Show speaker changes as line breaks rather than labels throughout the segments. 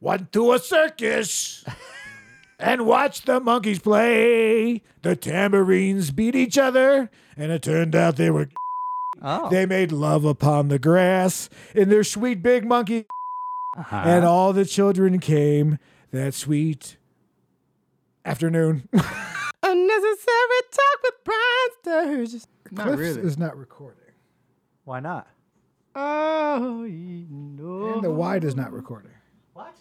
went to a circus and watched the monkeys play. The tambourines beat each other, and it turned out they were.
Oh.
They made love upon the grass in their sweet big monkey,
Uh-huh.
and all the children came that sweet afternoon.
Unnecessary talk with Brian Sturges. Not
Cliff's
really.
is not recording,
Why not? Oh, you know.
and the Y is not recording.
What?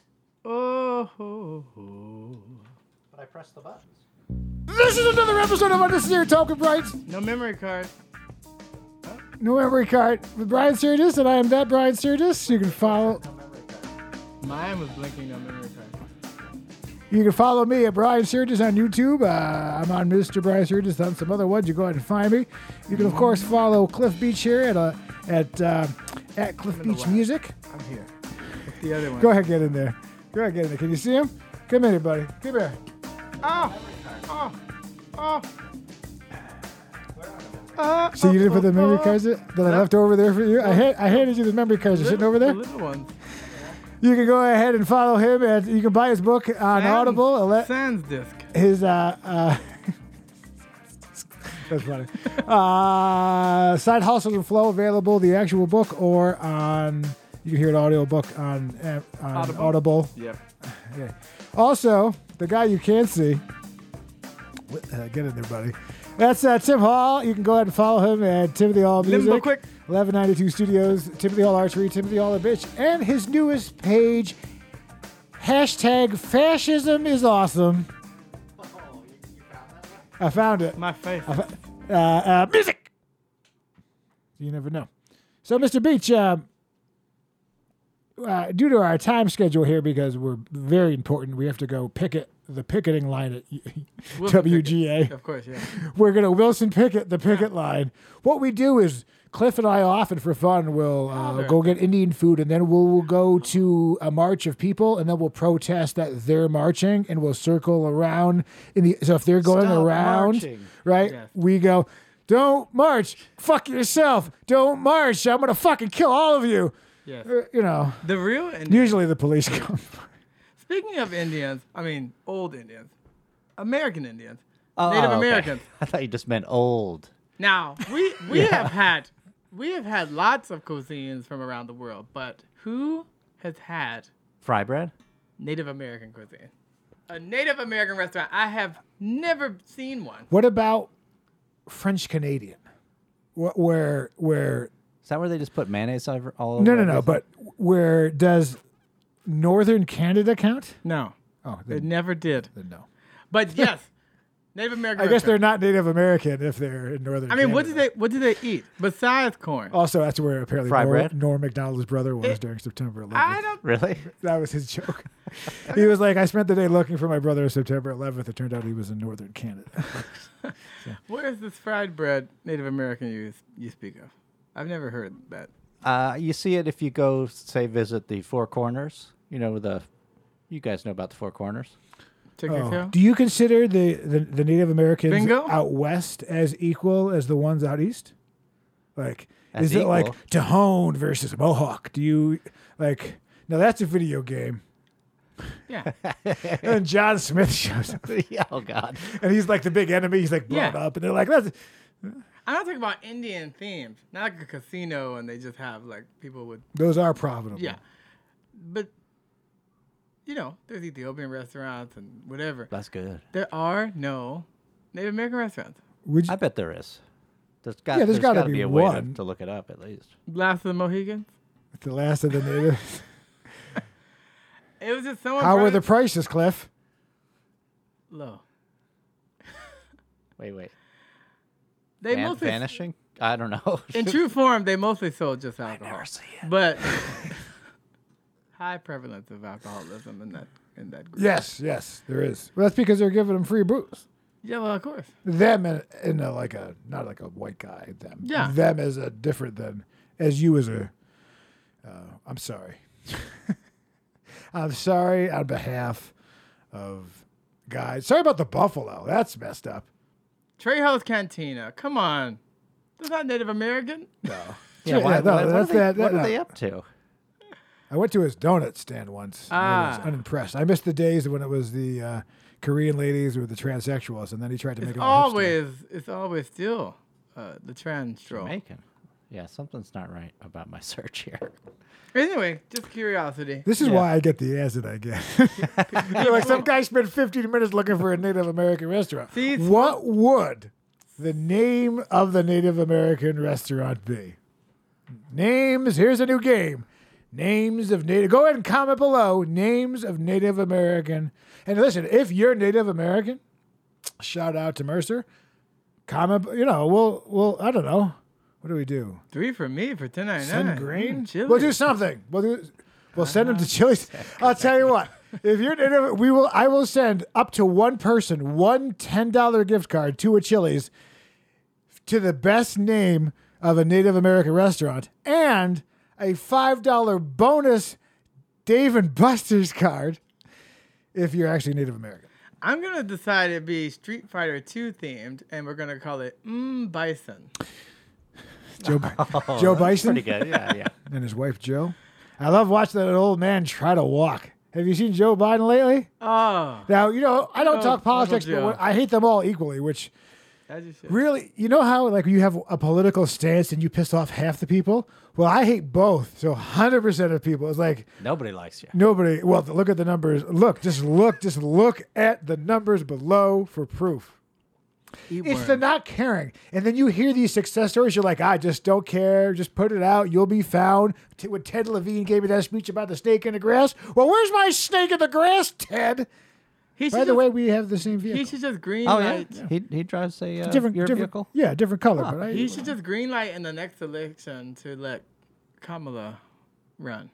Oh. But I pressed the buttons.
This is another episode of Unnecessary Talk with Brian.
No memory card.
No memory card with Brian Sturgis, and I am that Brian Sturgis. You can follow
Mine was blinking. No memory card.
you can follow me at Brian Sturgis on YouTube. Uh, I'm on Mr. Brian Sturgis on some other ones. You go ahead and find me. You can of course follow Cliff Beach here at uh, at uh, at Cliff Beach Music.
I'm here. It's the other one.
Go ahead, get in there. Go ahead, get in there. Can you see him? Come here, buddy. Come here.
Oh. Oh. Oh. Uh,
So you didn't put the memory cards in- that I left over there for you? I, had, I handed you the memory cards. They're sitting over there.
The little one.
You can go ahead and follow him. At, you can buy his book on
Sans-
Audible. Ele-
Sans disc.
his uh, uh that's funny uh side hustle and flow available the actual book or on you can hear an audio book on, uh, on audible,
Audible. Yep.
Yeah. also the guy you can't see wh- uh, get in there buddy that's uh, Tim Hall. You can go ahead and follow him at Timothy Hall Music,
Limbo Quick.
1192 Studios, Timothy Hall Archery, Timothy Hall a Bitch, and his newest page, hashtag Fascism is Awesome. I found it.
My face.
Uh, uh, music. You never know. So, Mr. Beach, uh, uh, due to our time schedule here, because we're very important, we have to go picket the picketing line at
Wilson
WGA.
Of course, yeah.
We're gonna Wilson picket the picket line. What we do is Cliff and I often for fun will uh,
sure.
go get Indian food, and then we'll, we'll go to a march of people, and then we'll protest that they're marching, and we'll circle around in the. So if they're going
Stop
around,
marching.
right,
Yes.
we go. Don't march. Fuck yourself. Don't march. I'm gonna fucking kill all of you.
Yes.
Uh, You know.
The real Indians.
Usually the police come.
Speaking of Indians, I mean old Indians, American Indians,
Oh,
Native
okay.
Americans.
I thought you just meant old.
Now we we have had we have had lots of cuisines from around the world, but who has had
Fry bread?
Native American cuisine? A Native American restaurant. I have never seen one.
What about French Canadian? Wh- Where where
Is that where they just put mayonnaise over all over?
No, no, no.
everything?
But where does Northern Canada count?
No,
Oh,
it
then,
never did.
then no.
But yes, Native American.
I guess they're
restaurant.
not Native American if they're in Northern.
I mean, what
Canada. Oh.
do they what do they eat besides corn?
Also, that's where apparently
Fried
Nor-
bread?
Norm Macdonald's brother was during September 11th.
I don't.
Really?
that was his joke. he was like, "I spent the day looking for my brother on September 11th. It turned out he was in Northern Canada."
Where is this fried bread Native American you you speak of? I've never heard that.
Uh, you see it if you go, say, visit the Four Corners. You know the, you guys know about the Four Corners.
Tic Tac
Oh.
Toe?
Do you consider the, the the Native Americans
Bingo?
out west as equal as the ones out east? Like,
As
is it like
equal?
Tahone versus Mohawk? Do you like? Now that's a video game.
Yeah.
And John Smith shows up,
Yeah, oh God.
and he's like the big enemy. He's like blown
Yeah.
up, and they're like, "Let's."
I'm not talking about Indian themed, not like a casino and they just have like people with
Those are profitable.
yeah, but you know there's Ethiopian restaurants and whatever.
That's good.
There are no Native American restaurants.
Would
I
you,
bet there is. There's got,
Yeah, there's gotta
gotta
be
be a way to,
one.
to look it up at least.
Last of the Mohicans.
the last of the natives.
It was just someone.
How
brought
were the
it
prices, Cliff?
low?
Wait, wait.
They
Van-
mostly
vanishing? I don't know.
in true form they mostly sold just alcohol.
never see it.
But high prevalence of alcoholism in that in that group.
Yes, yes, there is. Well, that's because they're giving them free booze.
Yeah, well of course.
them in, in a, like a not like a white guy them
Yeah.
them as a different than as you as a uh, i'm sorry i'm sorry on behalf of guys sorry about the buffalo that's messed up
Trey House Cantina. Come on. That's not Native American.
no
Yeah, why,
no,
why- what,
that's
are they,
that-
what
that-
are they
no.
up to?
I went to his donut stand once. and I
Ah.
was unimpressed. I missed the days when it was the uh, Korean ladies with the transsexuals, and then he tried to make them all hipster.
always it's always still uh, the trans troll.
Jamaican. Yeah, something's not right about my search here.
Anyway, just curiosity.
This is
Yeah.
why I get the ads that I get. You're like some guy spent 15 minutes looking for a Native American restaurant.
See, it's-
what would the name of the Native American restaurant be? Names. Here's a new game. Names of Native. Go ahead and comment below. Names of Native American. And listen, if you're Native American, shout out to Mercer. Comment. You know, we'll we'll. I don't know. What do we do?
Three for me for Mm, ten ninety nine.
Send grain.
Chili.
We'll do something. We'll do. We'll send them to Chili's. I'll tell you what. If you're, if we will. I will send up to one person one ten dollar gift card to a Chili's to the best name of a Native American restaurant and a five dollar bonus Dave and Buster's card if you're actually Native American.
I'm gonna decide it'd be Street Fighter Two themed, and we're gonna call it Mmm Bison.
Joe, Joe Bison
Pretty good. Yeah, yeah.
and his wife Joe. I love watching that old man try to walk. Have you seen Joe Biden lately?
Oh,
Now, you know, I don't
Oh,
talk politics,
Uncle
but
Joe.
when- I hate them all equally, which
as you should.
really, you know how like you have a political stance and you piss off half the people? Well, I hate both. So 100% of people it's like
Nobody likes you.
nobody, well, look at the numbers. Look, just look, just look at the numbers below for proof.
Eat
It's
worm.
the not caring. And then you hear these success stories. You're like, I just don't care. Just put it out. You'll be found. T- when Ted Levine gave me that speech about the snake in the grass, well, where's my snake in the grass, Ted?
he should
By the
just-
way, we have the same vehicle.
he should just green
Oh yeah,
light.
he he drives a uh,
different,
your
different
vehicle.
Yeah, different color. but I,
He should just green light in the next election to let Kamala run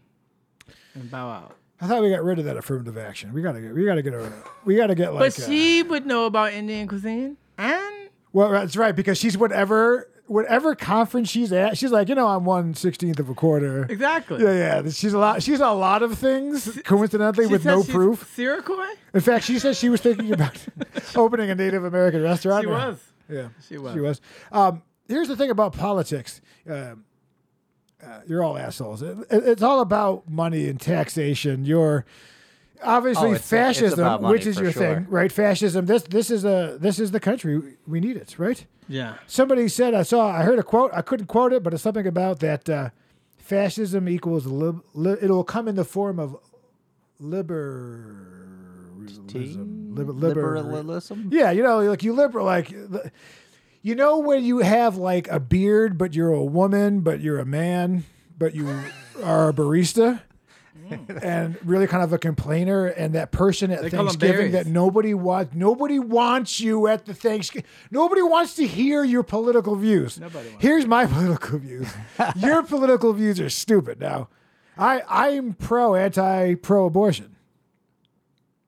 and bow out.
I thought we got rid of that affirmative action. We gotta, get, we gotta get a, we gotta get like.
But
uh,
she would know about Indian cuisine and
well, that's right because she's whatever, whatever conference she's at. She's like, you know, I'm one sixteenth of a quarter.
exactly.
Yeah, yeah. She's a lot. She's a lot of things. Coincidentally,
She
with
said
no
she's
proof.
Iroquois?
In fact, she said she was thinking about opening a Native American restaurant.
She
or-
was.
Yeah,
She was.
She was. Um, here's the thing about politics. Um uh, you're all assholes. It- it- it's all about money and taxation. You're obviously
Oh, it's- it's
fascism,
about money
which is
for
your
sure.
thing, right? Fascism. This this is a this is the country we need it, right?
Yeah.
Somebody said I saw I heard a quote. I couldn't quote it, but it's something about that uh, fascism equals lib, li, it'll come in the form of liberalism. Liber- liber-
Mm-hmm.
Liberalism.
yeah, you know, like you liberal, like the- you know when you have like a beard, but you're a woman, but you're a man, but you are a barista, and really kind of a complainer, and that person at
Mm. They call 'em
Thanksgiving that
berries.
nobody wants, nobody wants you at the Thanksgiving, nobody wants to hear your political views.
Nobody wants
Here's my political views. your political views are stupid. Now, I I'm pro anti pro abortion.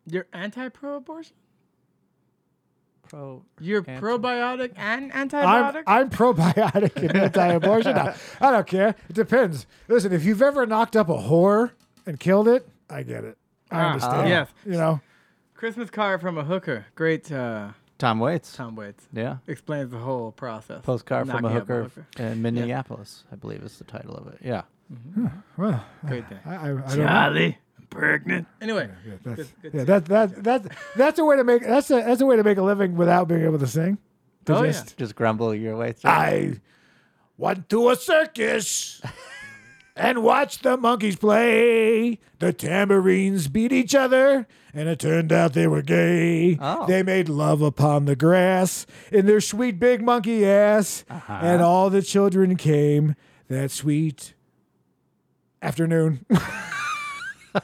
You're anti pro abortion?
Pro.
You're
Anti-
probiotic and
I'm,
antibiotic?
I'm probiotic and anti-abortion. I, I don't care. It depends. Listen, if you've ever knocked up a whore and killed it, I get it. I
Ah,
understand.
yes.
You know,
Christmas card from a hooker. Great uh,
Tom Waits.
Tom Waits.
Yeah.
Explains the whole process.
Postcard from a
Knocking up
hooker, in Minneapolis, I believe is the title of it. Yeah.
well,
Great thing.
I, I, I don't know.
Golly, I'm pregnant. Anyway,
That's,
good
yeah, that, that, that, that's a way to make that's a that's a way to make a living without being able to sing. To
Oh, yeah.
just, Ah,
Just grumble your way through.
I went to a circus and watched the monkeys play. The tambourines beat each other, and it turned out they were gay.
Oh.
They made love upon the grass in their sweet big monkey ass,
Uh-huh.
and all the children came that sweet afternoon.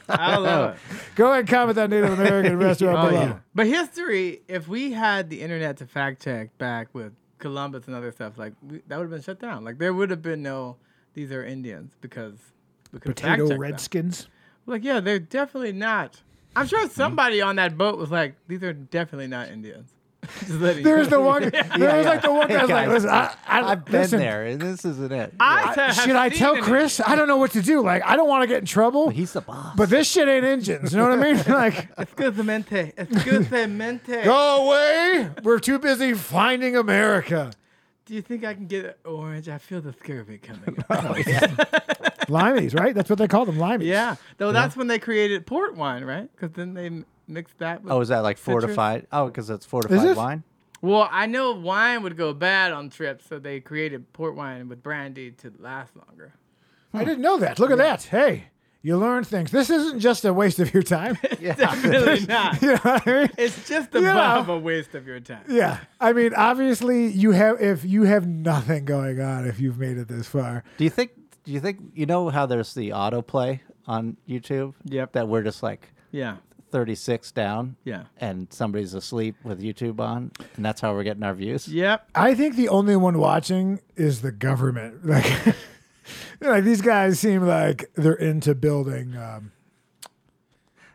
I love it.
Oh.
Go ahead and comment on Native American restaurant
Oh,
below.
yeah. But history, if we had the internet to fact check back with Columbus and other stuff, like we, that would have been shut down. Like there would have been no these are Indians because we could fact
Potato
check them.
Redskins.
Like yeah, they're definitely not. I'm sure somebody on that boat was like, these are definitely not Indians. Just letting you
There's
know.
the one. There's like the one
Hey,
guy was like,
guys,
listen, I, I,
I've been
listen,
there, and this isn't it.
I have
should I
seen
tell
an-
Chris? I don't know what to do. Like, I don't want to get in trouble.
He's the boss.
But this shit ain't engines. You know what I mean? Like,
Excusamente, excusamente.
go away. We're too busy finding America.
Do you think I can get an orange? I feel the scurvy coming. up.
Limeys, right? That's what they call them, limeys.
Yeah. Though that's when they created port wine, right? Because then they m- mixed that with.
Oh, is that like
citrus.
fortified? Oh, because that's fortified
it?
wine.
Well, I know wine would go bad on trips, so they created port wine with brandy to last longer.
I didn't know that. Look at that. Hey, you learn things. This isn't just a waste of your time.
Definitely not.
you know what I mean?
It's just
You
above
know.
a waste of your time.
Yeah. I mean, obviously, you have if you have nothing going on if you've made it this far.
Do you think? Do you think you know how there's the autoplay on YouTube?
Yep.
That we're just like
Yeah.
36 down.
Yeah.
And somebody's asleep with YouTube on, and that's how we're getting our views.
Yep.
I think the only one watching is the government. Like, like these guys seem like they're into building. Um,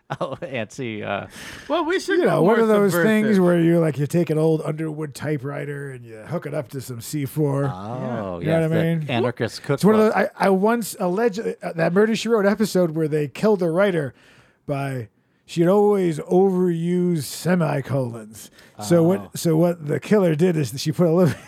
Oh, antsy. Uh,
Well, we should.
you know,
go
one
more
of those
subversive.
things where you like you take an old Underwood typewriter and you hook it up to some C4.
oh, yeah.
You know what I
the
mean?
Anarchist cookbook.
It's one of those. I, I once alleged uh, that Murder She Wrote episode where they killed the writer by she'd always overuse semicolons. So
Oh.
what? So what the killer did is that she put a little.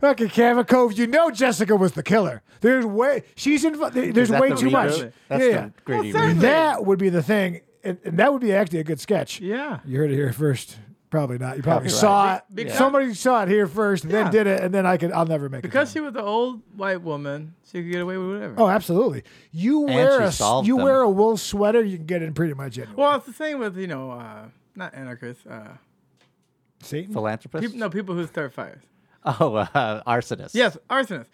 Fucking Kava Cove, you know Jessica was the killer. There's way she's in. There's
Is that
way
the
too
reboot?
much.
That's
yeah,
the gritty
Well,
reboot.
certainly.
that would be the thing, and, and that would be actually a good sketch.
Yeah.
You heard it here first. Probably not. You probably
Copyright.
saw it.
Be- because-
Somebody saw it here first, then
Yeah.
did it, and then I could. I'll never make
Because
it.
she was an old white woman, she could get away with whatever.
Oh, absolutely. You wear
she
a s-
solved
you
them.
wear a wool sweater, you can get in pretty much anywhere.
Well, it's the same with you know, uh, not anarchists. Uh,
Satan.
Philanthropist?
people, no, people who start fires.
Oh, uh, arsonist.
Yes, arsonists.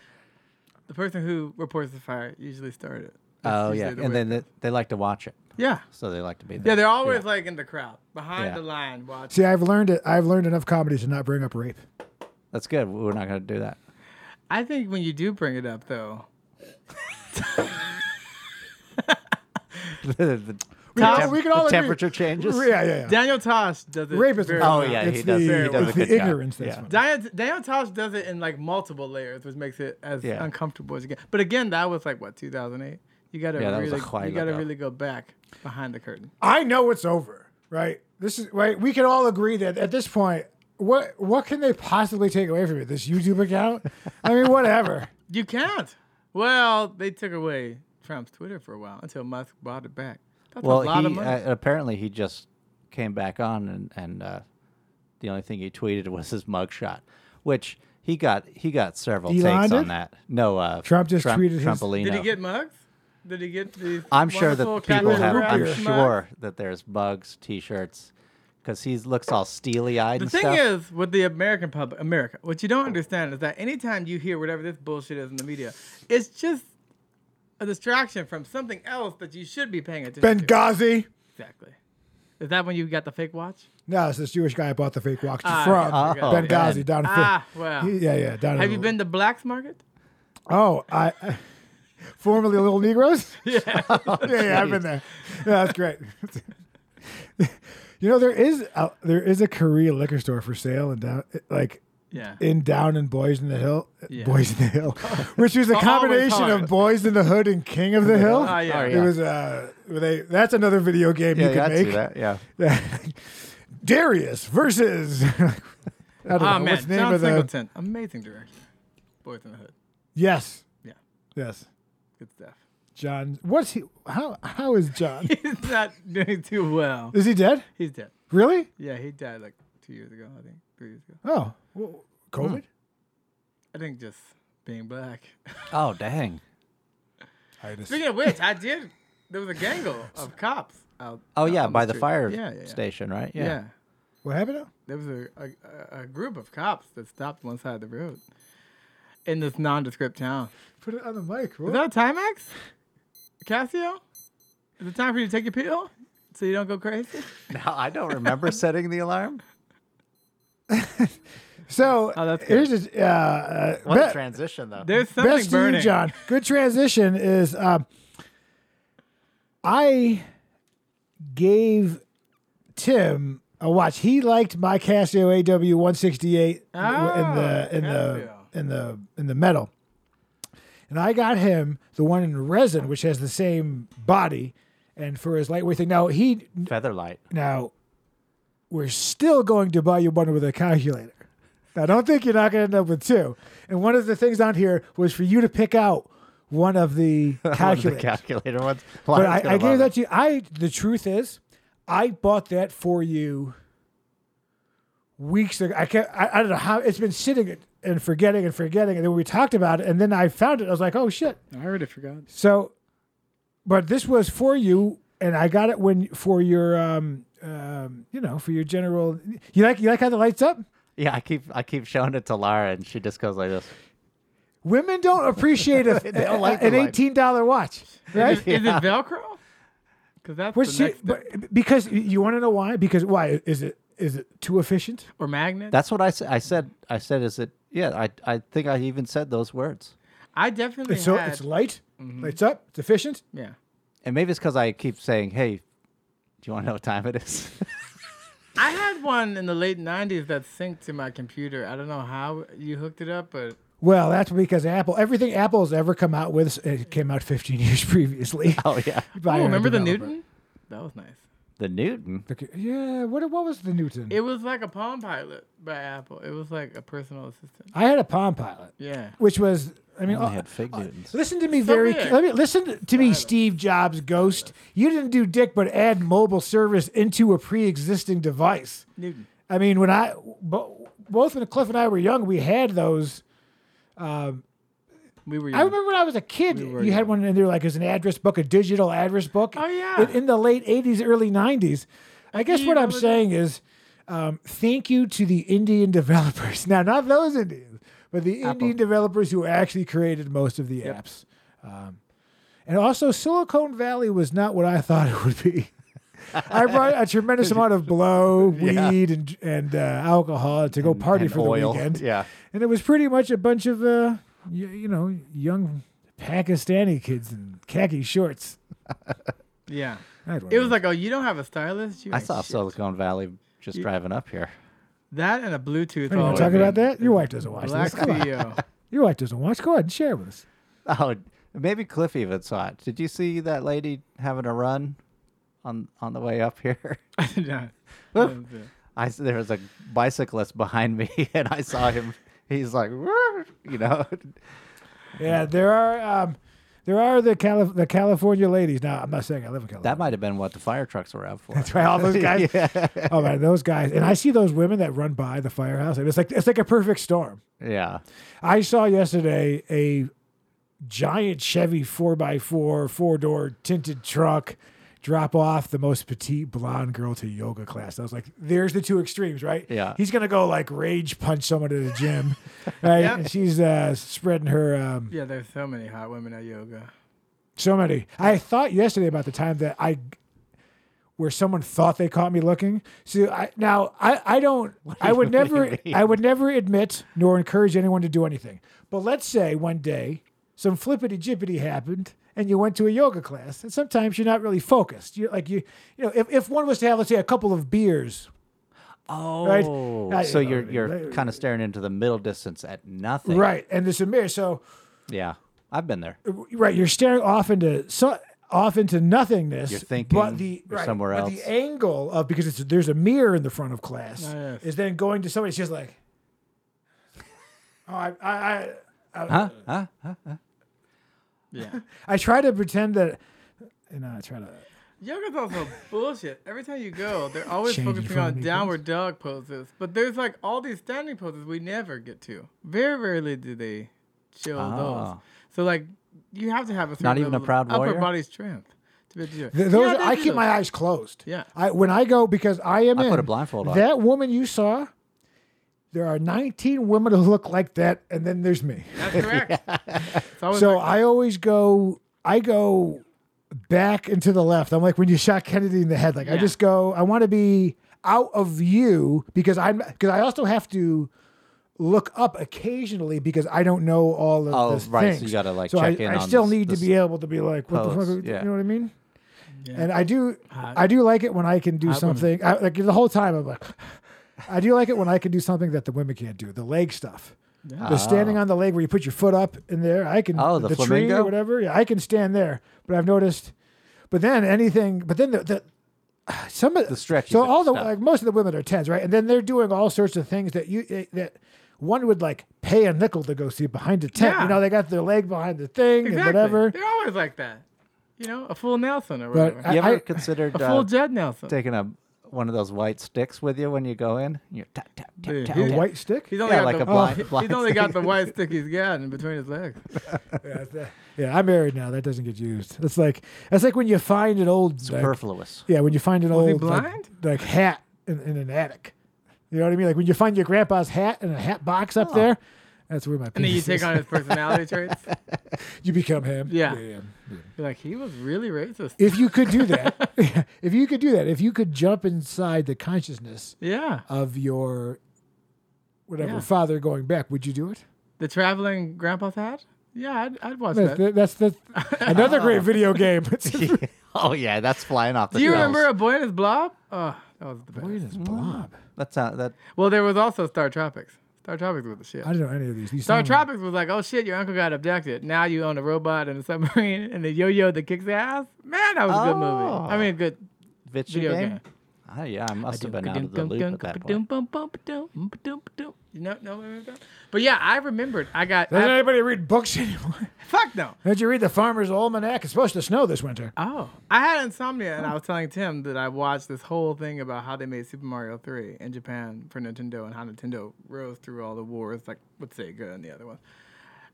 The person who reports the fire usually started it. That's
Oh,
usually
yeah.
the
And
way-
then they, they like to watch it.
yeah,
So they like to be there.
yeah, they're always like in the crowd, behind
Yeah.
the line, watching.
See, I've learned it. I've learned enough comedy to not bring up rape.
That's good. We're not going to do that.
I think when you do bring it up, though,
The- the
know,
temp-
we can all
the
agree-
temperature changes.
Yeah, yeah, yeah.
Daniel Tosh does it.
Rape is
very
Oh,
well.
yeah,
it's
he does-
The,
he does a
it's
good
the
job.
ignorance. That's
Yeah.
funny.
Daniel, Daniel Tosh does it in like multiple layers, which makes it as
Yeah.
uncomfortable as you get. But again, that was like what 2008. You gotta
Yeah, that was a
really,
while
you gotta
ago.
really go back behind the curtain.
I know it's over, right? This is right. We can all agree that at this point, what what can they possibly take away from it? This YouTube account? I mean, whatever.
You can't. Well, they took away Trump's Twitter for a while until Musk bought it back. That's
Well,
a lot of
he,
money.
uh, apparently he just came back on, and, and uh, the only thing he tweeted was his mugshot, which he got he got several
Elon
takes
did?
on that. No, uh,
Trump just tweeted his-
Trumpolino.
Did he get mugs? Did he get these?
I'm sure
wonderful
that people
Captain
have. I'm
Crunch mugs?
sure that there's bugs, t-shirts, because he looks all steely-eyed
The
and
thing
stuff.
is, with the American public, America, what you don't understand is that anytime you hear whatever this bullshit is in the media, it's just a distraction from something else that you should be paying attention to.
Benghazi.
Exactly. Is that when you got the fake watch?
No, it's this Jewish guy I bought the fake watch
Ah,
from
oh,
Benghazi
man.
down in
Ah, wow.
He- yeah, yeah. Down in
Have you
the-
been to Black's Market?
Oh, I. formerly Little Negroes? Yeah. yeah, I've been there. Yeah, that's great. you know, there is a, there is a Korean liquor store for sale in down, like
Yeah.
in down in Boys in the Hill,
Yeah.
Boys in the Hill, which was a
Always
combination
hard.
of Boys in the Hood and King of the Hill.
Ah, yeah.
Oh,
It
yeah.
was uh, they. That's another video game you
yeah, yeah,
can
I'd see
make.
that. Yeah.
Darius versus. I don't
Ah,
know.
man.
What's the name
John
of the?
Singleton. Amazing director. Boys in the Hood.
Yes.
Yeah.
Yes.
Good stuff.
John. What's he? How? How is John?
He's not doing too well.
is he dead?
He's dead.
Really?
Yeah, he died like two years ago, I think. Three years ago.
Oh, well, COVID.
I think just being black.
Oh dang.
Hmm.
I just-
Speaking of which, I did. There was a gangle of cops out.
Oh
out
yeah,
on
by the
street.
fire
Yeah, yeah, yeah.
station, right?
Yeah.
What happened? now?
There was a, a- a, a group of cops that stopped one side of the road in this nondescript town.
Put it on the mic.
Is
What?
that a Timex? Casio? Is it time for you to take your pill so you don't go crazy?
Now I don't remember setting the alarm.
So
Oh, that's good.
here's a, uh, uh,
What a
be-
transition though.
There's something
best to
burning.
you, John. Good transition is um, I gave Tim a watch. He liked my Casio AW 168 in the in the
Casio.
in the in the metal. And I got him the one in resin, which has the same body, and for his lightweight thing. Now he
Featherlight.
now we're still going to buy you one with a calculator. Now, don't think you're not going to end up with two. And one of the things on here was for you to pick out one of the calculators.
Calculator. the calculator ones.
but
Lion's
I,
gonna
I gave
love
that
it.
to you. I the truth is, I bought that for you weeks ago. I can't. I, I don't know how it's been sitting and forgetting and forgetting. And then we talked about it, and then I found it. I was like, oh shit.
I already forgot.
So, but this was for you, and I got it when for your um um you know for your general. You like you like how the lights up.
Yeah, I keep I keep showing it to Lara, and she just goes like this.
Women don't appreciate a,
don't like
an
the light.
eighteen dollar watch, right?
Is, is it Velcro? Because that's
Which
the
she,
next step.
but, because you want to know why? Because why is it is it too efficient?
or magnet.
That's what I said. I said. I said. Is it? Yeah. I I think I even said those words.
I definitely
It's so
had.
it's light,
Mm-hmm.
lights up, it's efficient.
yeah.
And maybe it's because I keep saying, "Hey, do you want to know what time it is?"
I had one in the late '90s that synced to my computer. I don't know how you hooked it up, but
Well, that's because Apple. Everything Apple's ever come out with it came out 15 years previously.
oh yeah,
by
oh,
a
remember the
developer.
Newton? That was nice.
the Newton.
Okay, Yeah, what what was the Newton?
It was like a Palm Pilot by Apple. It was like a personal assistant.
I had a Palm Pilot,
Yeah.
which was I mean,
I
uh,
had fig Newtons.
listen to me
So
very.
big.
Let me listen to me, Steve Jobs ghost. You didn't do dick, but add mobile service into a pre-existing device.
Newton.
I mean, when I bo- both when Cliff and I were young, we had those.
We were.
I remember when I was a kid,
were
you had
young.
one in there like it was an address book, a digital address book.
Oh, yeah.
in, in the late '80s, early '90s. I guess what
you
I'm
really-
saying is, um, thank you to the Indian developers. Now, not those Indians, but the Indian developers who actually created most of the apps. Um, and also, Silicon Valley was not what I thought it would be. I brought a tremendous amount of blow,
Yeah.
weed, and and uh, alcohol to go party
and
for
oil.
the weekend
Yeah.
and it was pretty much a bunch of uh, you, you know young Pakistani kids in khaki shorts.
Yeah.
I had one
It
of
was
those.
like, oh, you don't have a stylist. You
I
ain't
saw
shit.
Silicon Valley just driving up here.
that and a Bluetooth.
What do you
all
want to talk
over.
about that? Your wife doesn't watch
Black
this. Come on.
CEO.
Your wife doesn't watch. Go ahead and share with us.
Oh, maybe Cliff even saw it. Did you see that lady having a run on on the way up here?
Yeah.
I s- there was a bicyclist behind me, and I saw him. He's like, "Woo," you know,
Yeah, there are um, there are the Calif- the California ladies. Now I'm not saying I live in California.
that might have been what the fire trucks were out for.
That's right, all those guys. Oh man, those guys. And I see those women that run by the firehouse. and It's like it's like a perfect storm.
Yeah,
I saw yesterday a giant Chevy 4x4, four door tinted truck drop off the most petite blonde girl to yoga class. I was like, there's the two extremes, right?
Yeah.
He's going to go like rage punch someone at a gym, right?
Yep.
And she's uh, spreading her. Um,
yeah, there's so many hot women at yoga.
so many. I thought yesterday about the time that I. Where someone thought they caught me looking. So I, now I, I don't I would never I would never admit nor encourage anyone to do anything. But let's say one day some flippity jippity happened and you went to a yoga class and sometimes you're not really focused. You like you you know if, if one was to have let's say a couple of beers
Oh,
I-
so
you know,
you're you're
they-
kind of staring into the middle distance at nothing.
right and there's some beer so
Yeah, I've been there.
right you're staring off into so off into nothingness
You're thinking
but the
you're
right,
somewhere
but
else.
the angle of because it's there's a mirror in the front of class
Oh, yes.
is then going to somebody it's just like oh I, I i
Huh? Huh? Huh?
Yeah.
i try to pretend that you know i try to
Yoga's also bullshit. Every time you go, they're always
Change in
focusing
front of
on
me, please.
downward dog poses. But there's like all these standing poses we never get to. Very rarely do they show
Ah.
those.
Oh.
So like, you have to have a certain
even a
level of
proud
upper
warrior?
body strength to be able to do it.
Th- those
Yeah,
I
they
keep
do.
my eyes closed.
Yeah.
I when I go because I am
I
in
put a blindfold on.
That woman you saw, there are 19 women who look like that, and then there's me.
That's correct. It's always
So
like-
I always go. I go back and to the left. I'm like when you shot Kennedy in the head. Like I
Yeah.
just go. I want to be out of view because I'm because I also have to look up occasionally because I don't know all of
Oh,
the
right, so
things.
you gotta, like,
So I,
check in
I
on
still
this-
need
this
to be able to be like what
pose,
the fuck.
yeah.
You know what I mean?
Yeah. Uh,
And I do,
Hot.
I do like it when I can do
Hot women.
something. I, like the whole time, I'm like, I do like it when I can do something that the women can't do. The leg stuff, the standing
Ah.
on the leg where you put your foot up in there. I can.
Oh, the
tree or
flamingo?
whatever. Yeah, I can stand there. But I've noticed. But then anything. But then the. the some of
The stretchy
so
bit
all the
stuff.
like most of the women are tens right and then they're doing all sorts of things that you eh, that one would like pay a nickel to go see behind the tent.
Yeah.
You know, they got their leg behind the thing and whatever.
They're always like that. You know, a full Nelson or
But
whatever.
I-
You ever
I-
considered
a full
uh,
Jed Nelson.
taking a one of those white sticks with you when you go in? You're tap tap tap
Dude,
tap.
A
who-
tap.
white stick.
He's only
Yeah,
got
like
the,
a blind-
he's
blind
only got the
stick.
white stick he's got in between his legs.
Yeah, that- yeah, I'm married now. That doesn't get used. It's like that's like when you find an old like-
Superfluous.
Yeah, when you find an
he
old like-
blind?
Like, hat in, in an attic. You know what I mean? Like when you find your grandpa's hat in a hat box up there, that's where my
Oh. And then you
penis
take
is.
on his personality traits.
you become him.
Yeah.
yeah.
You're like, he was really racist.
If you could do that, if you could do that, if you could jump inside the consciousness
Yeah.
of your whatever
Yeah.
father going back, would you do it?
The traveling grandpa's hat? Yeah, I'd, I'd watch
That's
that.
the, that's the another great video game.
oh yeah, that's flying off the
Do you
shelves.
remember A Boy and His Blob? Oh, that was the best.
blob.
That's not that.
Well, there was also Star Tropics. Star Tropics was the shit.
I don't know any of these. these
Star
sound-
Tropics was like, oh shit, your uncle got abducted. Now you own a robot and a submarine and a yo-yo that kicks ass. Man, that was a good movie. I
Oh.
mean, good
Video
video
game?
game.
Oh yeah, I must have been out of the loop at that point.
You know, no, no, no. But yeah, I remembered. I got
Doesn't
I,
anybody read books anymore?
fuck no.
Did you read the Farmer's Almanac? It's supposed to snow this winter.
Oh, I had insomnia, and I was telling Tim that I watched this whole thing about how they made Super Mario Three in Japan for Nintendo, and how Nintendo rose through all the wars, like with Sega and the other ones.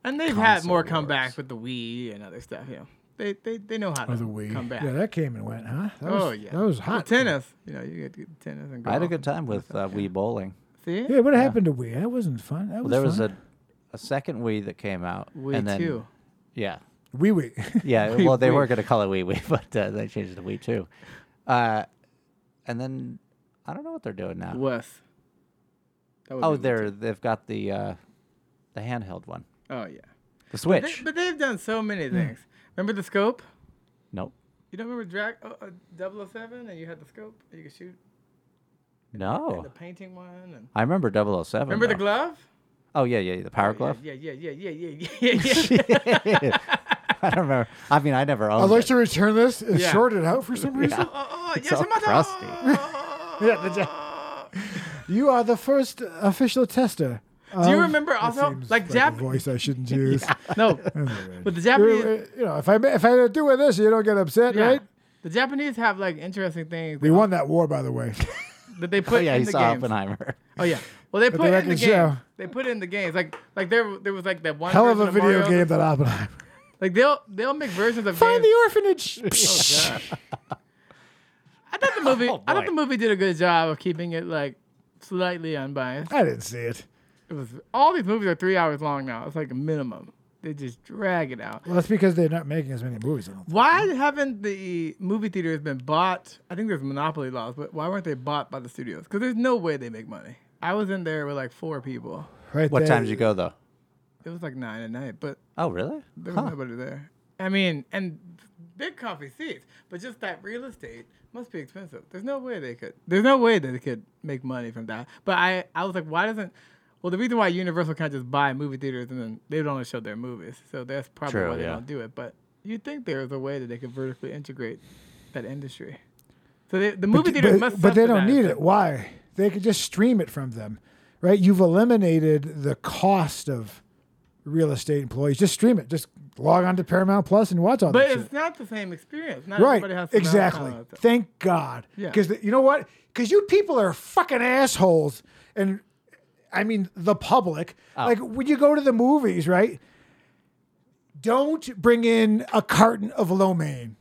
And they've had
Console
more
wars.
comebacks with the Wii and other stuff. Yeah, they they, they know how to
Or Oh, the Wii.
come back.
Yeah, that came and went, huh? That was,
oh yeah,
That was
Well,
hot.
tennis, you know, you get to get tennis and golf.
I had a good time with uh, Wii bowling.
See,
Yeah, what happened to Wii? That wasn't fun. That was
Well, there was
fun.
a a second Wii that came out.
we
and then,
too.
Yeah,
Wii Wii.
yeah.
Wii,
well, they
Wii.
were going to call it Wii Wii, but uh, they changed it to Wii too. Uh, and then I don't know what they're doing now.
Wes. That would
Oh,
be Wii
they're they've got the uh, the handheld one,
too. Oh yeah.
the
But
Switch.
They, but they've done so many things. Remember the scope?
nope.
You don't remember Drag oh, uh, 007 and you had the scope and you could shoot and
No.
the painting one and
I Oh. remember 007.
remember the
though.
glove?
Oh yeah, yeah, the power
Yeah,
glove.
Yeah, yeah, yeah, yeah, yeah, yeah, yeah. yeah.
I don't remember. I mean, I never
I'd
owned
like
it.
to return this. It's
Yeah.
shorted out for some reason.
oh, oh, yes,
all
Yamato!
crusty.
Yeah, the You are the first official tester.
Do you
of-
remember
That
also
seems
like
a
Jap?
voice I shouldn't use.
No, but the Japanese,
You you know, if I if I do with this, you don't get upset,
yeah,
right?
the Japanese have like interesting things
We
that,
won that war, by the way.
that they
Oh
put
yeah,
in
he
the
saw
games.
Oppenheimer.
Oh yeah. Well, they put
the
in the
record
games.
show.
They put in the games. Like like there there was like that one
Hell of a
version
video
Mario
game
that-
that Oppenheimer.
Like they'll they'll make versions of
Find the
games.
orphanage.
Oh, I thought the movie
Oh,
I thought
boy.
the movie did a good job of keeping it like slightly unbiased.
I didn't see it.
It was all these movies are three hours long now. It's like a minimum. They just drag it out.
Well, that's because they're not making as many movies. I don't think.
Why haven't the movie theaters been bought? I think there's monopoly laws, but why weren't they bought by the studios? Because there's no way they make money. I was in there with like four people.
Right
What
there.
time did you go though?
It was like nine at night, but
Oh really?
There was
Huh.
nobody there. I mean, and big coffee seats, but just that real estate must be expensive. There's no way they could. There's no way that they could make money from that. But I, I was like, why doesn't? Well, the reason why Universal can't just buy movie theaters and then they would only show their movies, so that's probably
True,
why they
yeah.
don't do it. But you would think there's a way that they could vertically integrate that industry? So they, the movie
d-
theater
but,
must.
but they don't
subsidize
need it. Why? They could just stream it from them, right? You've eliminated the cost of real estate employees. Just stream it. Just log on to Paramount Plus and watch all
But
that shit.
it's not the same experience. Not
Right.
Everybody has to know how
Exactly.
to-
Thank God.
Yeah.
Because you know what? Because you people are fucking assholes, and I mean the public. Like when you go to the movies, right? Don't bring in a carton of lo mein.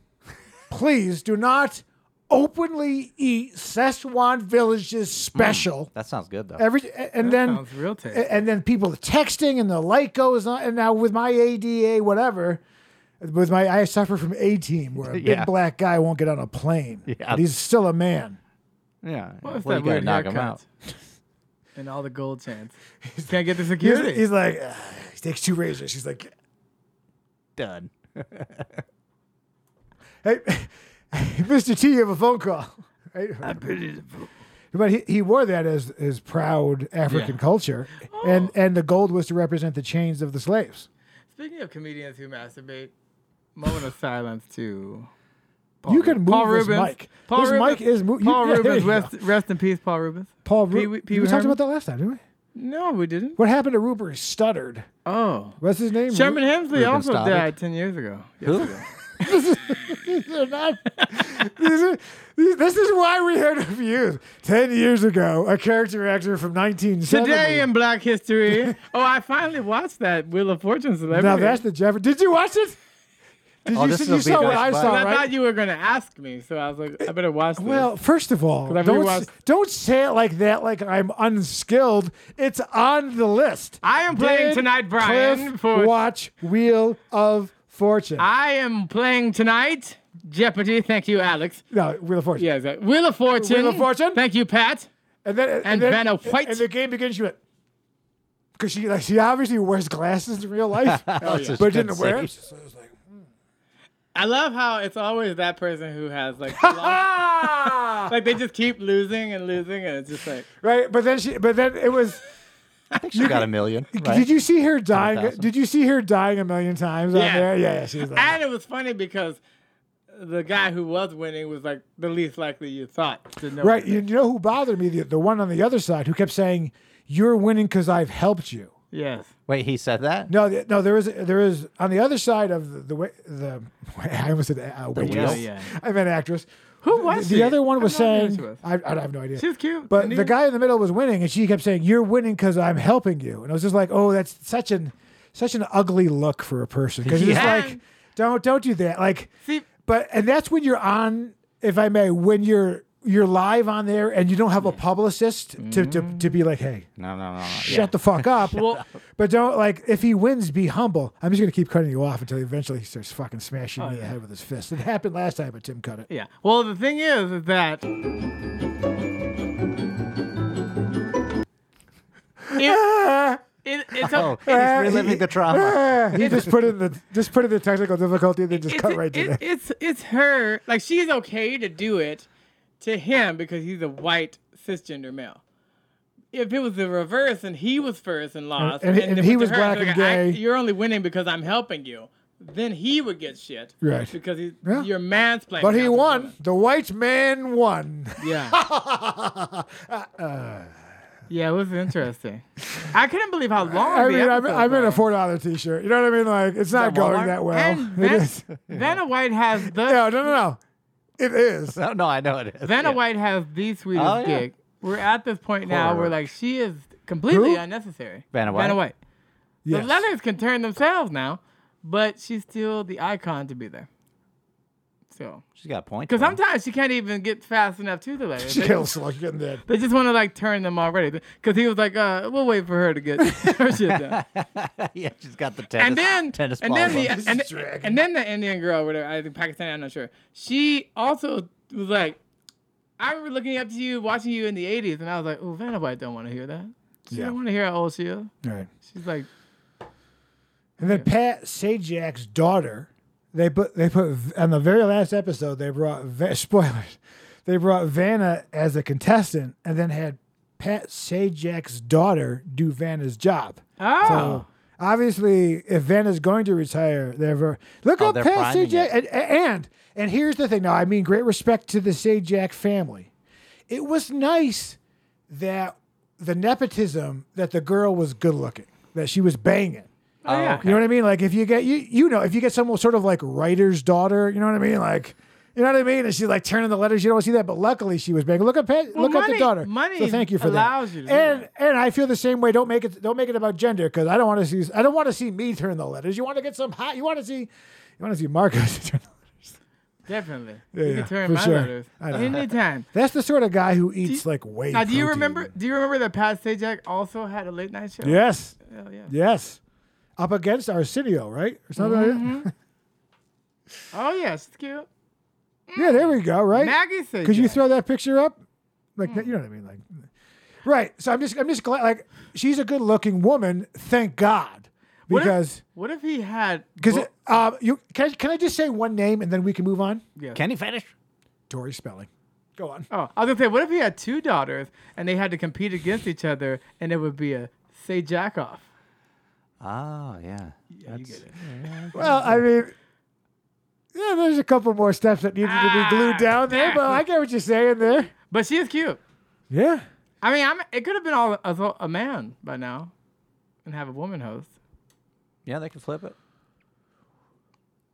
Please do not openly eat Szechuan Village's special.
That sounds good though.
Every and then
sounds real tasty.
a- and then people texting and the light goes on. And now with my ADA, whatever, with my I suffer from A team where a
Yeah.
big black guy won't get on a plane.
Yeah.
But he's still a man.
Yeah.
What was
well,
that
you gotta
weird
knock him
haircut?
out.
And all the gold chains. Can't get the
He's,
security.
he's like, "Ah," he takes two razors. He's like,
Done.
hey, Mr. T, you have a phone call. Right? But he, he wore that as his proud African
Yeah. Oh.
culture, and and the gold was to represent the chains of the slaves.
Speaking of comedians who masturbate, moment of silence to.
You can
Paul
move this
Rubens.
mic.
Paul
This
Rubens.
mic is mo- you-
Paul
yeah, there
Rubens.
you go.
Rest, rest in peace, Paul Rubens.
Paul,
Pee
Ru-
Wee- Pee
we
Wee
talked
Herman?
about that last time, didn't we?
No, we didn't.
What happened to Rupert Studdard?
Oh.
What's his name?
Sherman Hemsley
Ruben
also
Stoddard.
died 10 years ago.
Who?
They're not. these are- these- this is why we had reviews. Ten years ago, a character actor from 1970.
Today in Black History. oh, I finally watched that Wheel of Fortune celebrity.
now that's the Jeff. Did you watch it? Did
Oh,
you
this
see,
will
you
be
saw what
nice,
I
but-
saw,
But I
right?
thought you were going to ask me, so I was like, I better watch this.
Well, first of all,
I've
don't
rewatched
s- don't say it like that. Like I'm unskilled. It's on the list.
I am playing
Did
tonight, Brian,
Cliff
for-
watch Wheel of Fortune.
I am playing tonight Jeopardy. Thank you, Alex.
no, Wheel of Fortune.
Yeah, exactly. Wheel of Fortune.
Wheel of Fortune.
Thank you, Pat.
And then
And
then,
Vanna White.
And the game begins. You went because she like she obviously wears glasses in real life,
That's just
but
good
didn't wear. 'em.
save.
So I was like,
I love how it's always that person who has like, the long-
ah,
like they just keep losing and losing, and it's just like
right. But then she. But then it was.
I think she got a million. Right?
Did you see her dying?
100,000.
Did you see her dying a million times on
Yeah.
there? Yeah, yeah. She was like,
And it was funny because the guy who was winning was like the least likely you thought to know.
Right. You know who bothered me? The, the one on the other side who kept saying, "You're winning because I've helped you."
Yes.
Wait, he said that?
No, th- no. There is there is on the other side of the the, wa- the I almost said uh, waitress.
wheel? Yeah, yeah.
I meant actress.
Who was
the
she?
other one
I'm
was
not sure
saying,
she was.
I, I have no idea.
She was cute.
But
And
the
even-
guy in the middle was winning, and she kept saying, "You're winning because I'm helping you." And I was just like, "Oh, that's such an such an ugly look for a person." Because it's
Yeah.
like, "Don't don't do that." Like,
See-
but and that's when you're on, if I may, when you're you're live on there and you don't have a publicist to, to to be like, "Hey,
No, no, no. no.
shut the fuck up."
Well,
But don't like if he wins, be humble. I'm just gonna keep cutting you off until eventually he starts fucking smashing me in the head with his fist. It happened last time, but Tim cut it.
yeah. Well, the thing is, is that. It, it, it's a,
Oh, he's reliving the trauma.
he just put in the just put in the technical difficulty and then just
it's,
cut right to
it-
that.
it's it's her. Like she's okay to do it to him because he's a white cisgender male. If it was the reverse and he was first and lost,
and- and
it
he
to
was
her,
black
like,
and gay.
I- you're only winning because I'm helping you. Then he would get shit,
Right.
Because he's
Yeah.
you're mansplaining.
But he
as a
won.
woman.
The white man won.
Yeah. yeah, it was interesting. I couldn't believe how long.
I
the
mean, I'm,
episodes
I'm in
are.
a four dollar t-shirt. You know what I mean? Like it's not
From
going
Walmart?
that well.
And
It
Vanna,
is.
Vanna White has the
No, no, no, no. It is.
No, no, I know it is.
Vanna
Yeah.
White has the sweetest
Oh, yeah.
gig. We're at this point now
Horror.
where like she is completely
Who?
unnecessary.
Vanna
Vanna
White?
White.
Yes.
The letters can turn themselves now, but she's still the icon to be there. So,
She's got a point.
because
to her.
sometimes she can't even get fast enough to the letters. They,
Jail slug getting that.
they just want to like turn them already. Because he was like, uh, "We'll wait for her to get her shit done."
yeah, she's got the tennis.
and then
tennis
and
ball
then the
look.
This
and,
is dragging.
and then the Indian girl, whatever, I think Pakistani, I'm not sure. She also was like, I remember looking up to you, watching you in the '80s, and I was like, "Oh, Vanna White don't want to hear that. She
Yeah.
don't want to hear how old she is."
All right.
She's like,
And then Pat Sajak's daughter, they put they put on the very last episode they brought Va- spoilers, they brought Vanna as a contestant, and then had Pat Sajak's daughter do Vanna's job.
"Oh,
So obviously, if Vanna's going to retire, they're ver- look
Oh,
up
they're
Pat
priming
Sajak. And, and and here's the thing. Now, I mean, great respect to the Sajak family. It was nice that the nepotism that the girl was good looking, that she was banging.
oh yeah,
You know what I mean? Like if you get you you know if you get someone sort of like writer's daughter, you know what I mean? Like you know what I mean? And she's like turning the letters. You don't see that, but luckily she was big. Look at pet. look at the
money-
daughter.
money
So thank you for
allows
that.
you to do
and and I feel the same way. Don't make it don't make it about gender because I don't want to see I don't want to see me turn the letters. You want to get some hot. You want to see you want to see Marcos turn the letters.
definitely.
Yeah,
you
yeah,
can turn
for
my
sure.
letters
I know.
anytime."
That's the sort of guy who eats like way.
Now, do you remember? Do you remember that Pat Sajak also had a late night show?
Yes,
Hell yeah.
yes. Up against Arsenio, right? Or something like that?
Mm-hmm. Oh yeah, she's cute.
Yeah, there we go. Right.
Maggie Sajak.
Could you throw that picture up? Like you know what I mean? Like right. So I'm just I'm just glad like she's a good looking woman, thank God.
What if-
Because
what if he had?
because
bo-
um you can I, can I just say one name and then we can move on?
yeah.
Can he finish?
Tori Spelling. Go on.
Oh, I was gonna say, what if he had two daughters and they had to compete against each other, and it would be a say jack off?
Oh, yeah.
Yeah, you get it.
Well, I mean yeah, there's a couple more
Ah,
steps that needed to be glued down there, but I get what you're saying there.
But she is cute.
Yeah.
I mean, I'm, it could have been all a, a man by now, and have a woman host.
Yeah, they could flip it.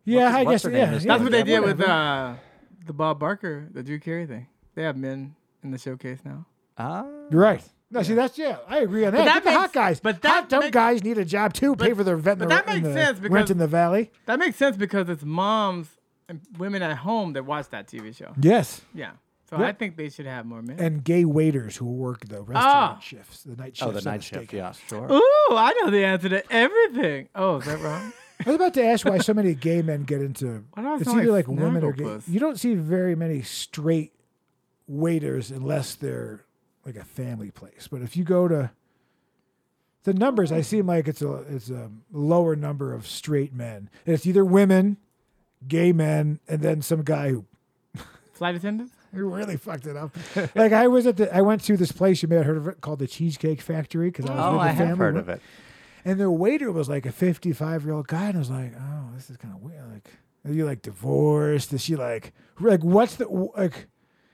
Yeah,
What's-
I
what's
guess.
her
Yeah,
name is
yeah.
That's what they
Yeah,
did with uh, the Bob Barker, the Drew Carey thing. They have men in the showcase now.
Ah,
You're right. No, see, that's yeah. I agree on that.
that
Get the hot
makes-
guys,
but
hot
that
dumb
make-
guys need a job too. pay for their vet.
but
in
that
the, in
makes
the
sense
rent
because-
in the valley.
That makes sense because it's moms and women at home that watch that TV show.
Yes,
Yeah. So
Yeah.
I think they should have more men.
and gay waiters who work the restaurant
Ah.
shifts, the night shifts.
oh, the
if I'm
night shift.
mistaken.
Yeah, sure.
Ooh, I know the answer to everything. Oh, is that wrong?
I was about to ask why so many gay men get into.
Why do I
It's
sound
either like
like
women or gay.
Snagglepuss?
You don't see very many straight waiters unless they're like a family place. But if you go to the numbers, I seem like it's a it's a lower number of straight men. And it's either women, gay men, and then some guy who
Flight attendants?
who really fucked it up. like I was at the I went to this place you may have heard of it called the Cheesecake Factory because I was
Oh,
with the
I have
family
heard
one-
of it.
and their waiter was like a 55 year old guy, and I was like, oh, this is kind of weird. Like, are you like divorced? Is she like, like, what's the like?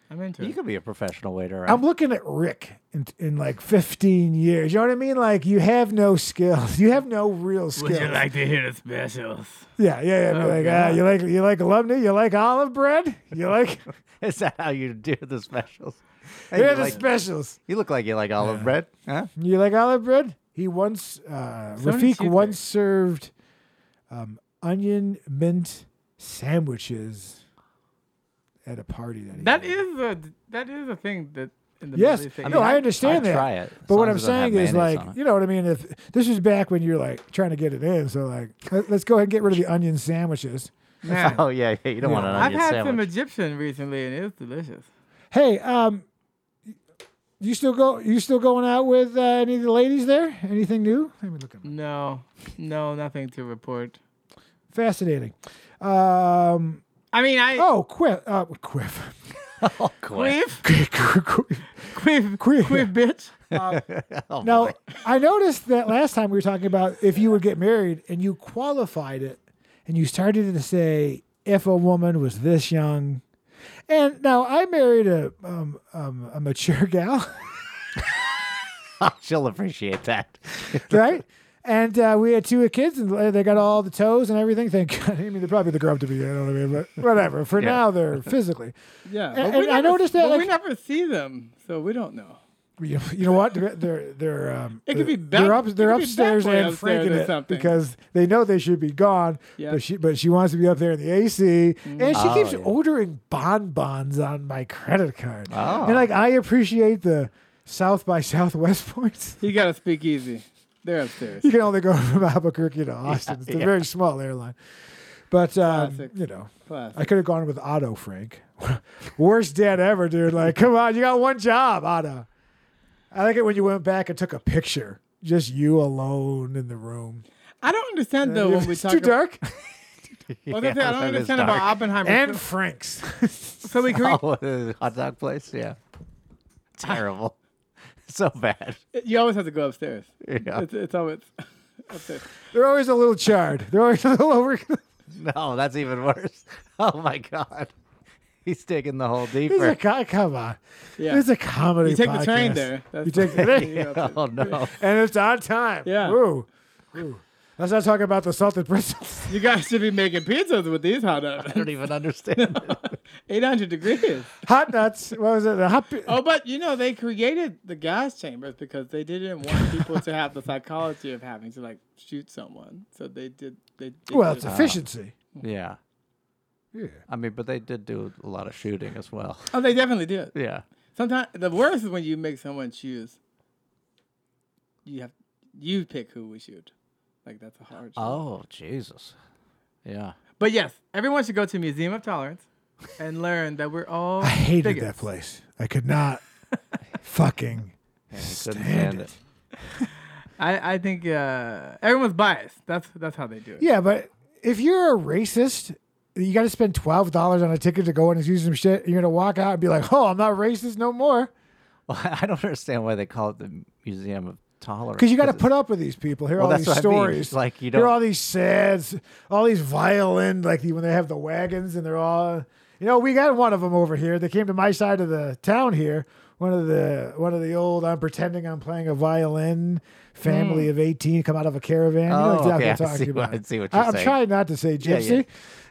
I'm into
You
it.
could be a professional waiter. Right?
I'm looking at Rick in, in like 15 years. You know what I mean? Like, you have no skills. You have no real skills.
to hear the specials?
yeah, yeah, yeah. be
Oh,
like, ah, you like you like alumni. You like olive bread. You like
Is that how you do the specials? Hey,
here
you,
are the
like-
specials.
you look like you like olive bread. Huh?
You like olive bread? He once uh,
So did
Rafik
you
once
think.
served um, onion mint sandwiches at a party that he
That
had.
is a that is a thing that in the
yes.
Middle East they
no,
eat.
I understand
I'd
that.
try it, as
But what
long
I'm
as it doesn't have
saying is
mayonnaise
like
on it.
you know what I mean. If this is back when you're like trying to get it in, so like let, us go ahead and get rid of the onion sandwiches.
Man,
Oh yeah, yeah. You don't want an
I've
onion
had some
sandwich.
Egyptian recently and it was delicious.
Hey, um, you still go? You still going out with uh, any of the ladies there? Anything new? Let me look at
No, no, nothing to report.
Fascinating. Um,
I mean, I
oh, quiff, uh, quiff,
oh, quit.
queef,
quiff.
queef,
Queef.
queef, bitch.
Oh,
Now,
boy.
I noticed that last time we were talking about if you would get married and you qualified it and you started to say if a woman was this young. And now I married a um, um, a mature gal,
she'll appreciate that.
right? And uh, we had two kids, and uh, they got all the toes and everything. Thank God. I mean, they probably they grow up to be, you know what I mean? But whatever. For
Yeah.
now, they're physically.
Yeah,
And- and I noticed that,
But we
like-
never see them, so we don't know.
You, you know what? They're they're, they're um,
It could be
they're- they're
that-
up
it could
they're
be that
upstairs
way
and
upstairs
freaking
or
it
something.
because they know they should be gone.
Yeah. Mm.
But she but she wants to be up there in the AC, and she
Oh,
keeps
yeah.
ordering bonbons on my credit card.
Oh.
And like I appreciate the South by Southwest points.
You gotta speak easy. They're upstairs.
You can only go from Albuquerque to Austin. it's a
yeah.
very small airline, but um,
Classic.
you know. I
Classic.
could have gone with Otto Frank. Worst dad ever, dude. Like, come on, you got one job, Otto. I like it when you went back and took a picture, just you alone in the room.
I don't understand though when we
it's
talk.
too
ab-
dark.
I was gonna say, I don't understand about Oppenheimer.
and
so,
Franks.
so we can.
Oh, the hot dog place. Yeah, terrible. so bad.
You always have to go upstairs.
Yeah.
It's, it's always upstairs.
They're always a little charred. They're always a little over.
No, that's even worse. Oh my god, he's taking the whole
It's
deeper.
a co- come on.
Yeah.
It's a comedy.
You take the
podcast.
train there. That's
You take the train,
you're upstairs.
oh no.
and it's on time.
Yeah.
Ooh. Ooh. Let's not talk about the salted pretzels.
You guys should be making pizzas with these hot
I don't
ovens.
even understand. it.
800 degrees.
Hot nuts. What was it? The hot. pi-
Oh, but you know, they created the gas chambers because they didn't want people to have the psychology of having to like shoot someone. So they did. They, they
well,
did
it's
it.
efficiency.
Yeah,
Yeah.
I mean, but they did do a lot of shooting as well.
oh, they definitely did.
Yeah.
Sometimes the worst is when you make someone choose. You have you pick who we shoot. Like that's a hard.
Uh,
choice.
Oh Jesus. Yeah.
But yes, everyone should go to Museum of Tolerance and learn that we're all.
I hated that
Oh, bigots.
place. I could not fucking
couldn't
stand
stand
it.
I, I think uh, everyone's biased. That's that's how they do it.
Yeah, but if you're a racist, you got to spend twelve dollars on a ticket to go in and see some shit. You're gonna walk out and be like, "Oh, I'm not racist no more,"
Well, I don't understand why they call it the Museum of Tolerance.
because you got to
it's-
put up with these people. Hear
Well,
all
that's
these
what I mean.
stories,
It's like you
hear
don't-
all these sads, all these violin, like the, when they have the wagons and they're all. You know, we got one of them over here. They came to my side of the town here. one of the one of the old I'm pretending I'm playing a violin family of 18 come out of a caravan. you know
Hmm. Oh,
exactly what I'm
okay.
talking
I see
about.
what- I see what
I-
you're
I'm
saying.
trying not to say
Yeah,
gypsy.
yeah.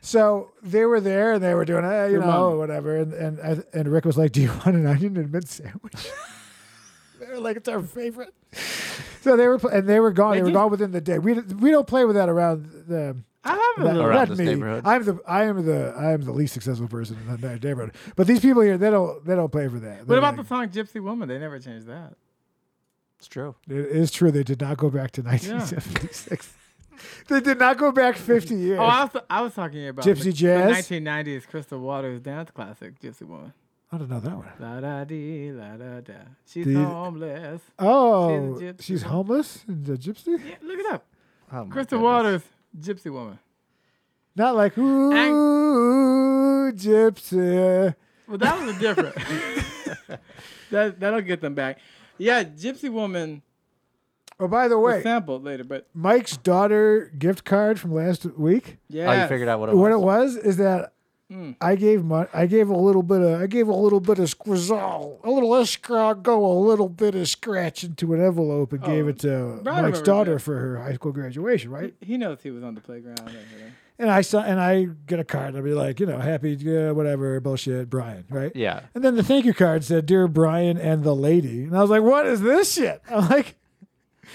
So they were there and they were doing, eh, you
Your
know,
mom.
whatever. And, and I- and Rick was like, "Do you want an onion and mint sandwich?" they were like, "It's our favorite." So they were pl- and they were gone. They,
They
were
did-
gone within the day. We we don't play with that around the
I have a
that,
little.
Around
that
this
me.
neighborhood.
I'm the I am the I am the least successful person in that neighborhood. But these people here, they don't they don't play for that.
What
They're
about the
like-
song Gypsy Woman? They never changed that.
It's true.
It is true they did not go back to 1976. they did not go back 50 years.
Oh, I was, I was talking about
Gypsy
the,
jazz?
the 1990s Crystal Waters dance classic, Gypsy Woman.
I don't know that one.
La da dee, la da da. She's
Did-
homeless.
Oh,
She's a gypsy.
she's homeless and a gypsy.
Yeah, look it up.
Oh, my
Crystal
goodness.
Waters, Gypsy Woman.
Not like ooh gypsy.
Well, that was a different. that that'll get them back. Yeah, Gypsy Woman
Oh, by the
was
way,
sampled later,
Oh,
but
Mike's daughter gift card from last week.
yeah,
Oh, you figured out what it
What it
was.
was is that
Hmm.
I gave mon- I gave a little bit of I gave a little bit of squizzle, a little escargot, a little bit of scratch into an envelope and gave
Oh,
it to
I
Mike's
remember
daughter
that.
for her high school graduation, right?
He knows he was on the playground. and everything.
And I saw, and I get a card. I'll be like, you know, happy, uh, whatever, bullshit, Brian, right?
Yeah.
And then the thank you card said, "Dear Brian and the lady," and I was like, "What is this shit?" I'm like,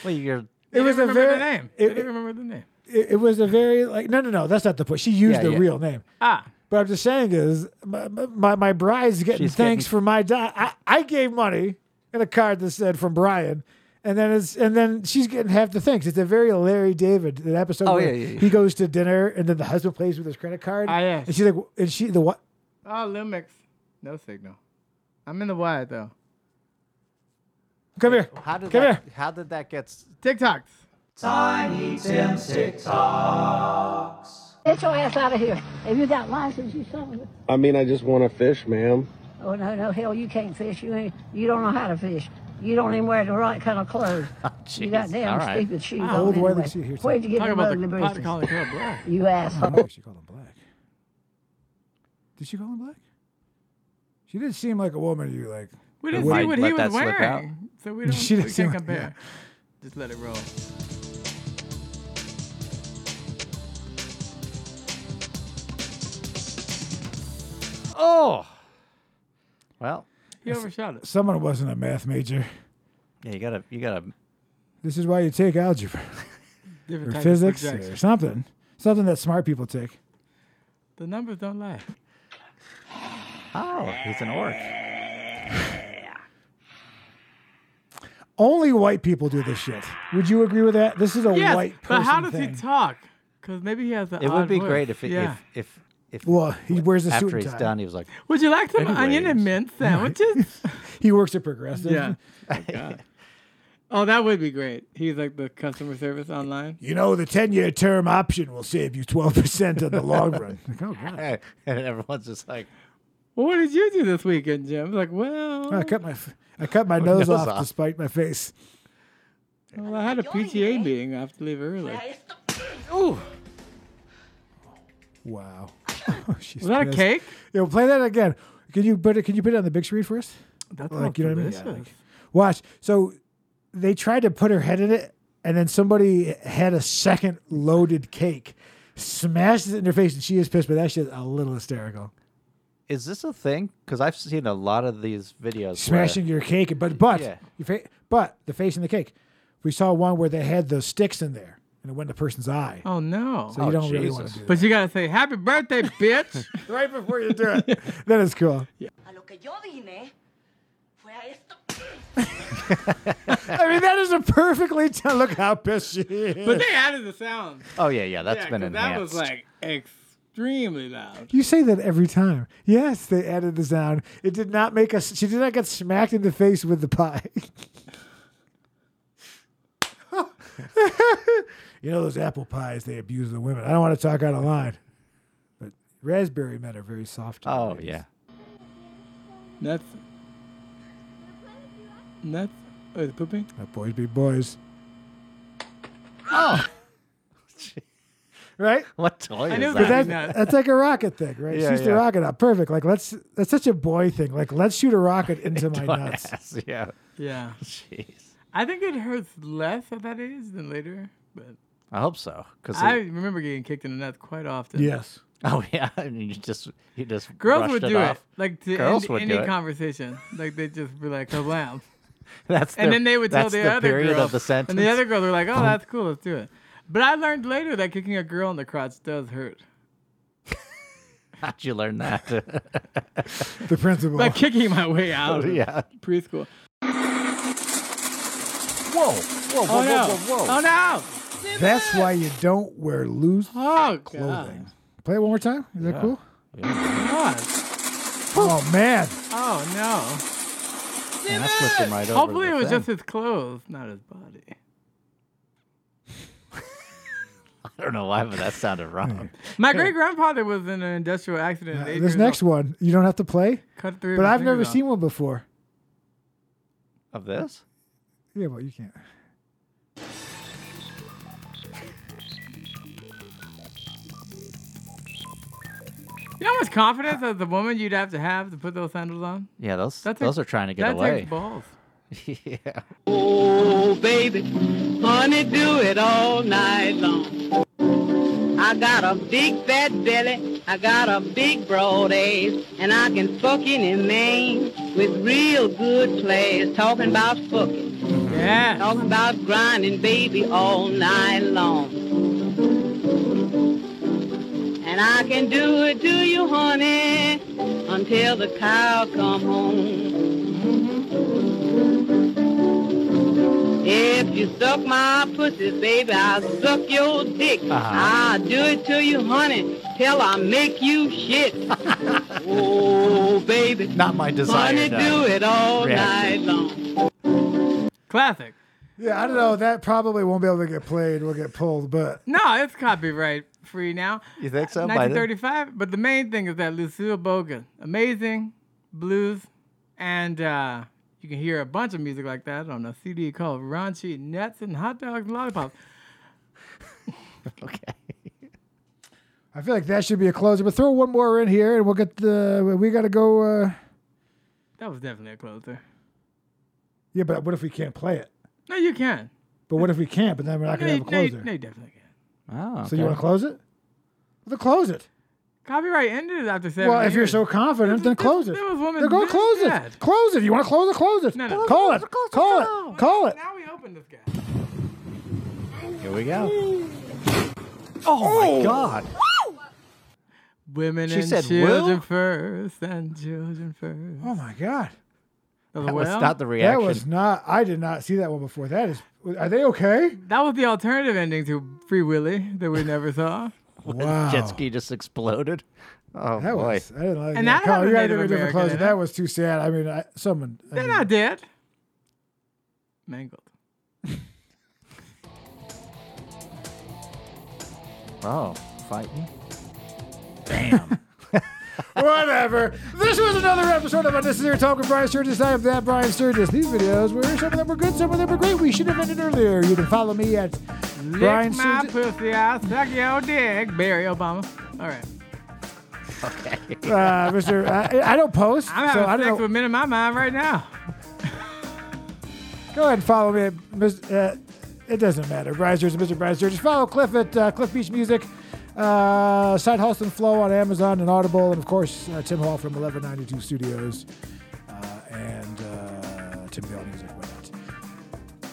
Well, you're
it
They
was a
didn't remember
very
the name. They
It,
didn't
it,
remember the name.
it was a very like no, no, no. That's not the point. She used
Yeah,
the
yeah.
real name.
Ah,
But I'm just saying is my my, my bride's getting
She's
thanks
getting-
for my di- I, I gave money and a card that said from Brian. And then it's and then she's getting half the thanks. It's a very Larry David that episode
Oh,
where
yeah, yeah, yeah.
he goes to dinner and then the husband plays with his credit card.
Ah, yes.
And she's like and she the what
ah, Lil Mix. No signal. I'm in the wide though.
come here.
how did
Come
that, how did that get s-
TikToks.
Get your ass out of here. If you got license, you something.
I mean, I just want to fish, ma'am.
Oh no, no, hell, you can't fish. You ain't. You don't know how to fish. You don't even wear the right kind of clothes. you got
jeez.
damn
All right.
stupid shoes
Wow. Old
on
Wiley
anyway.
see here,
Where'd you get
Talking
them
about
ugly
the pot
braces?
calling her black.
You asshole.
she called him black. Did she call him black? She didn't seem like a woman you like.
We didn't
Might
see what
let
he was
that slip out.
wearing, so we don't.
She
we
didn't see
can't
what-
compare. Just let it roll.
Oh. Well,
He overshot it.
Someone wasn't a math major.
yeah, you gotta you gotta
This is why you take algebra
Different
or
type
physics
Of
or
projection.
something. Something that smart people take.
the numbers don't lie.
Oh, he's an orc.
Only white people do this shit. Would you agree with that? This is a
Yes,
white person
but how does
thing.
he talk? Because maybe he has an
It
odd
would be
voice.
great if it,
yeah.
if if if
Well, he wears a suit
after
and
he's
tie.
done he was like
Would you like some onion
Anyways.
and mint sandwiches?
He works at Progressive.
yeah. Oh, that would be great. He's like the customer service online.
You know, the 10 year term option will save you 12% in the long run. Like, oh, God.
and everyone's just like
Well, what did you do this weekend, Jim? It's like, well,
I cut my, I cut my nose,
Oh,
off,
nose off.
to spite my face.
well, I had a PTA meeting. I have to leave early.
Wow. Oh, She's
Was that a
pissed.
cake?
Yo, play that again. Can you put it? Can you put it on the big screen for us?
That's
Like, you know what I mean? Watch. So they tried to put her head in it, and then somebody had a second loaded cake, smashes it in her face, and she is pissed. But that shit's a little hysterical.
Is this a thing? Because I've seen a lot of these videos.
Smashing your cake, but but
Yeah.
your fa- but the face in the cake. We saw one where they had those sticks in there, and it went in the person's eye.
Oh no!
so you
oh,
don't really want to
Jesus.
do that.
But you gotta say happy birthday, bitch.
right before you do it. that is cool.
A lo que yo vine fue a esto.
I mean, that is a perfectly. T- look how pissed she is.
but they added the sound.
Where, oh yeah, yeah, that's
Yeah,
been
'cause
enhanced.
that was like extremely loud.
You say that every time. Yes, they added the sound. It did not make us. She did not get smacked in the face with the pie. you know those apple pies they abuse the women. I don't want to talk out of line, but raspberry men are very soft. to
oh
ladies.
yeah,
Nuts. Nuts. Oh, is it pooping?
Oh.
Let boys be boys. right?
What toy
I
is
knew
But that,
that?
that. Yeah.
that's like a rocket thing, right?
Yeah,
Shoots the
yeah.
rocket up. Perfect. Like let's that's such a boy thing. Like let's shoot a rocket into my nuts.
Yes, yeah.
Yeah.
Jeez.
I think it hurts less at that age than later, but
I hope so. Cause
I
it-
remember getting kicked in the nuts quite often.
Yes.
oh yeah, I mean, you just you just
Girls
brushed
would
it
do
off.
it. Like to
Girls
end
would
any
do it.
conversation. Like they'd just be like, "Oh, kablam.
That's
And
the-
then they would tell
that's
the,
the,
other
period
girl,
of the sentence.
And the other girls were like, "Oh, that's cool. Let's do it." But I learned later that kicking a girl in the crotch does hurt.
How'd you learn that?
The principal.
Like kicking my way out. of
Oh. yeah.
Preschool.
Whoa! Whoa! Whoa!
Oh no! Oh no!
that's why you don't wear loose
Oh
clothing.
god!
Play it one more time. Is that cool?
God.
Oh man.
Oh no!
Man, that pushed him right over.
Hopefully
the
it was
thing.
just his clothes, not his body.
I don't know why, but that sounded wrong.
My great grandfather was in an industrial accident.
Uh,
at eight
This
years
next
old.
one, you don't have to play,
cut three. of
but
his
I've never
fingers off.
seen one before.
of this?
Yeah, well, you can't.
You know how much confidence as a woman you'd have to have to put those sandals on?
Yeah, those
That takes-
those are trying to get
that
away.
takes balls.
yeah.
Oh, baby, honey, do it all night long. I got a big fat belly, I got a big broad ass, and I can fuck any man with real good class. Talking about fucking,
Yeah.
talking about grinding, baby, all night long. And I can do it to you, honey, until the cow come home. If you suck my pussy, baby, I'll suck your dick. I'll do it to you, honey, till I make you shit. oh, baby.
Not my desire.
Honey, do
no.
it all
reaction.
night long.
Classic.
Yeah, I don't know. That probably won't be able to get played. We'll get pulled, but
No, it's copyright free now.
You think so, Biden?
1935. But the main thing is that Lucille Bogan, amazing blues, and uh, you can hear a bunch of music like that on a CD called Raunchy Nuts and Hot Dogs and Lollipops.
Okay.
I feel like that should be a closer. But throw one more in here, and we'll get the. We got to go. Uh,
That was definitely a closer.
yeah, but what if we can't play it?
No, you can.
But what if we can't? But then we're not
No,
gonna
you,
have a
no, you,
closer.
no, you definitely can.
Oh.
So you want to close it? Well, then close it.
Copyright ended after seven
well, if you're
years.
so confident, then
This-
close it.
there was woman
Then go
really
close
bad.
it. Close it. You want to close it? Close it.
No, no.
Call it. Call it. Call it.
Oh, Now we open this guy.
Here we go. Oh, my God!
Women
She
and
said,
children
"Will?"
first, and children first.
Oh my God.
That was,
That was
well,
not the
That
reaction.
was not. I did not see that one before. That is. Are they okay?
that was the alternative ending to Free Willy that we never saw.
Wow.
Jet ski just exploded. Oh
That
boy!
was. I didn't like
And
that.
that
Carl,
had a
you gotta
Native
give me a different
American
closing.
in it.
That was too sad. I mean, I, someone. I
They're
mean,
not dead. Mangled.
Oh, fighting.
Whatever. This was another episode of Unnecessary Talk with Brian Sturgis. I am that Brian Sturgis. These videos were some of them were good, some of them were great. We should have ended earlier. You can follow me at
Lick
Brian
my
Sturgis.
pussy, I suck your dick. Barry Obama. All right.
Uh, Mr. I, I don't post,
I'm
so
having
I
sex
don't know.
with men in my mind right now.
Go ahead and follow me at Mr. Uh, it doesn't matter. Brian Sturgis, Mr. Brian Sturgis. Follow Cliff at uh, Cliff Beach Music. Uh, Side Hustle and Flow on Amazon and Audible, and of course uh, Tim Hall from 1192 Studios uh, and uh, Tim Bell Music. Why not?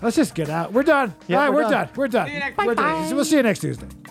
Let's just get out. We're done.
Yeah,
All right,
we're
we're done.
done.
We're done.
See you next
We're done.
Tuesday.
We'll see you next Tuesday.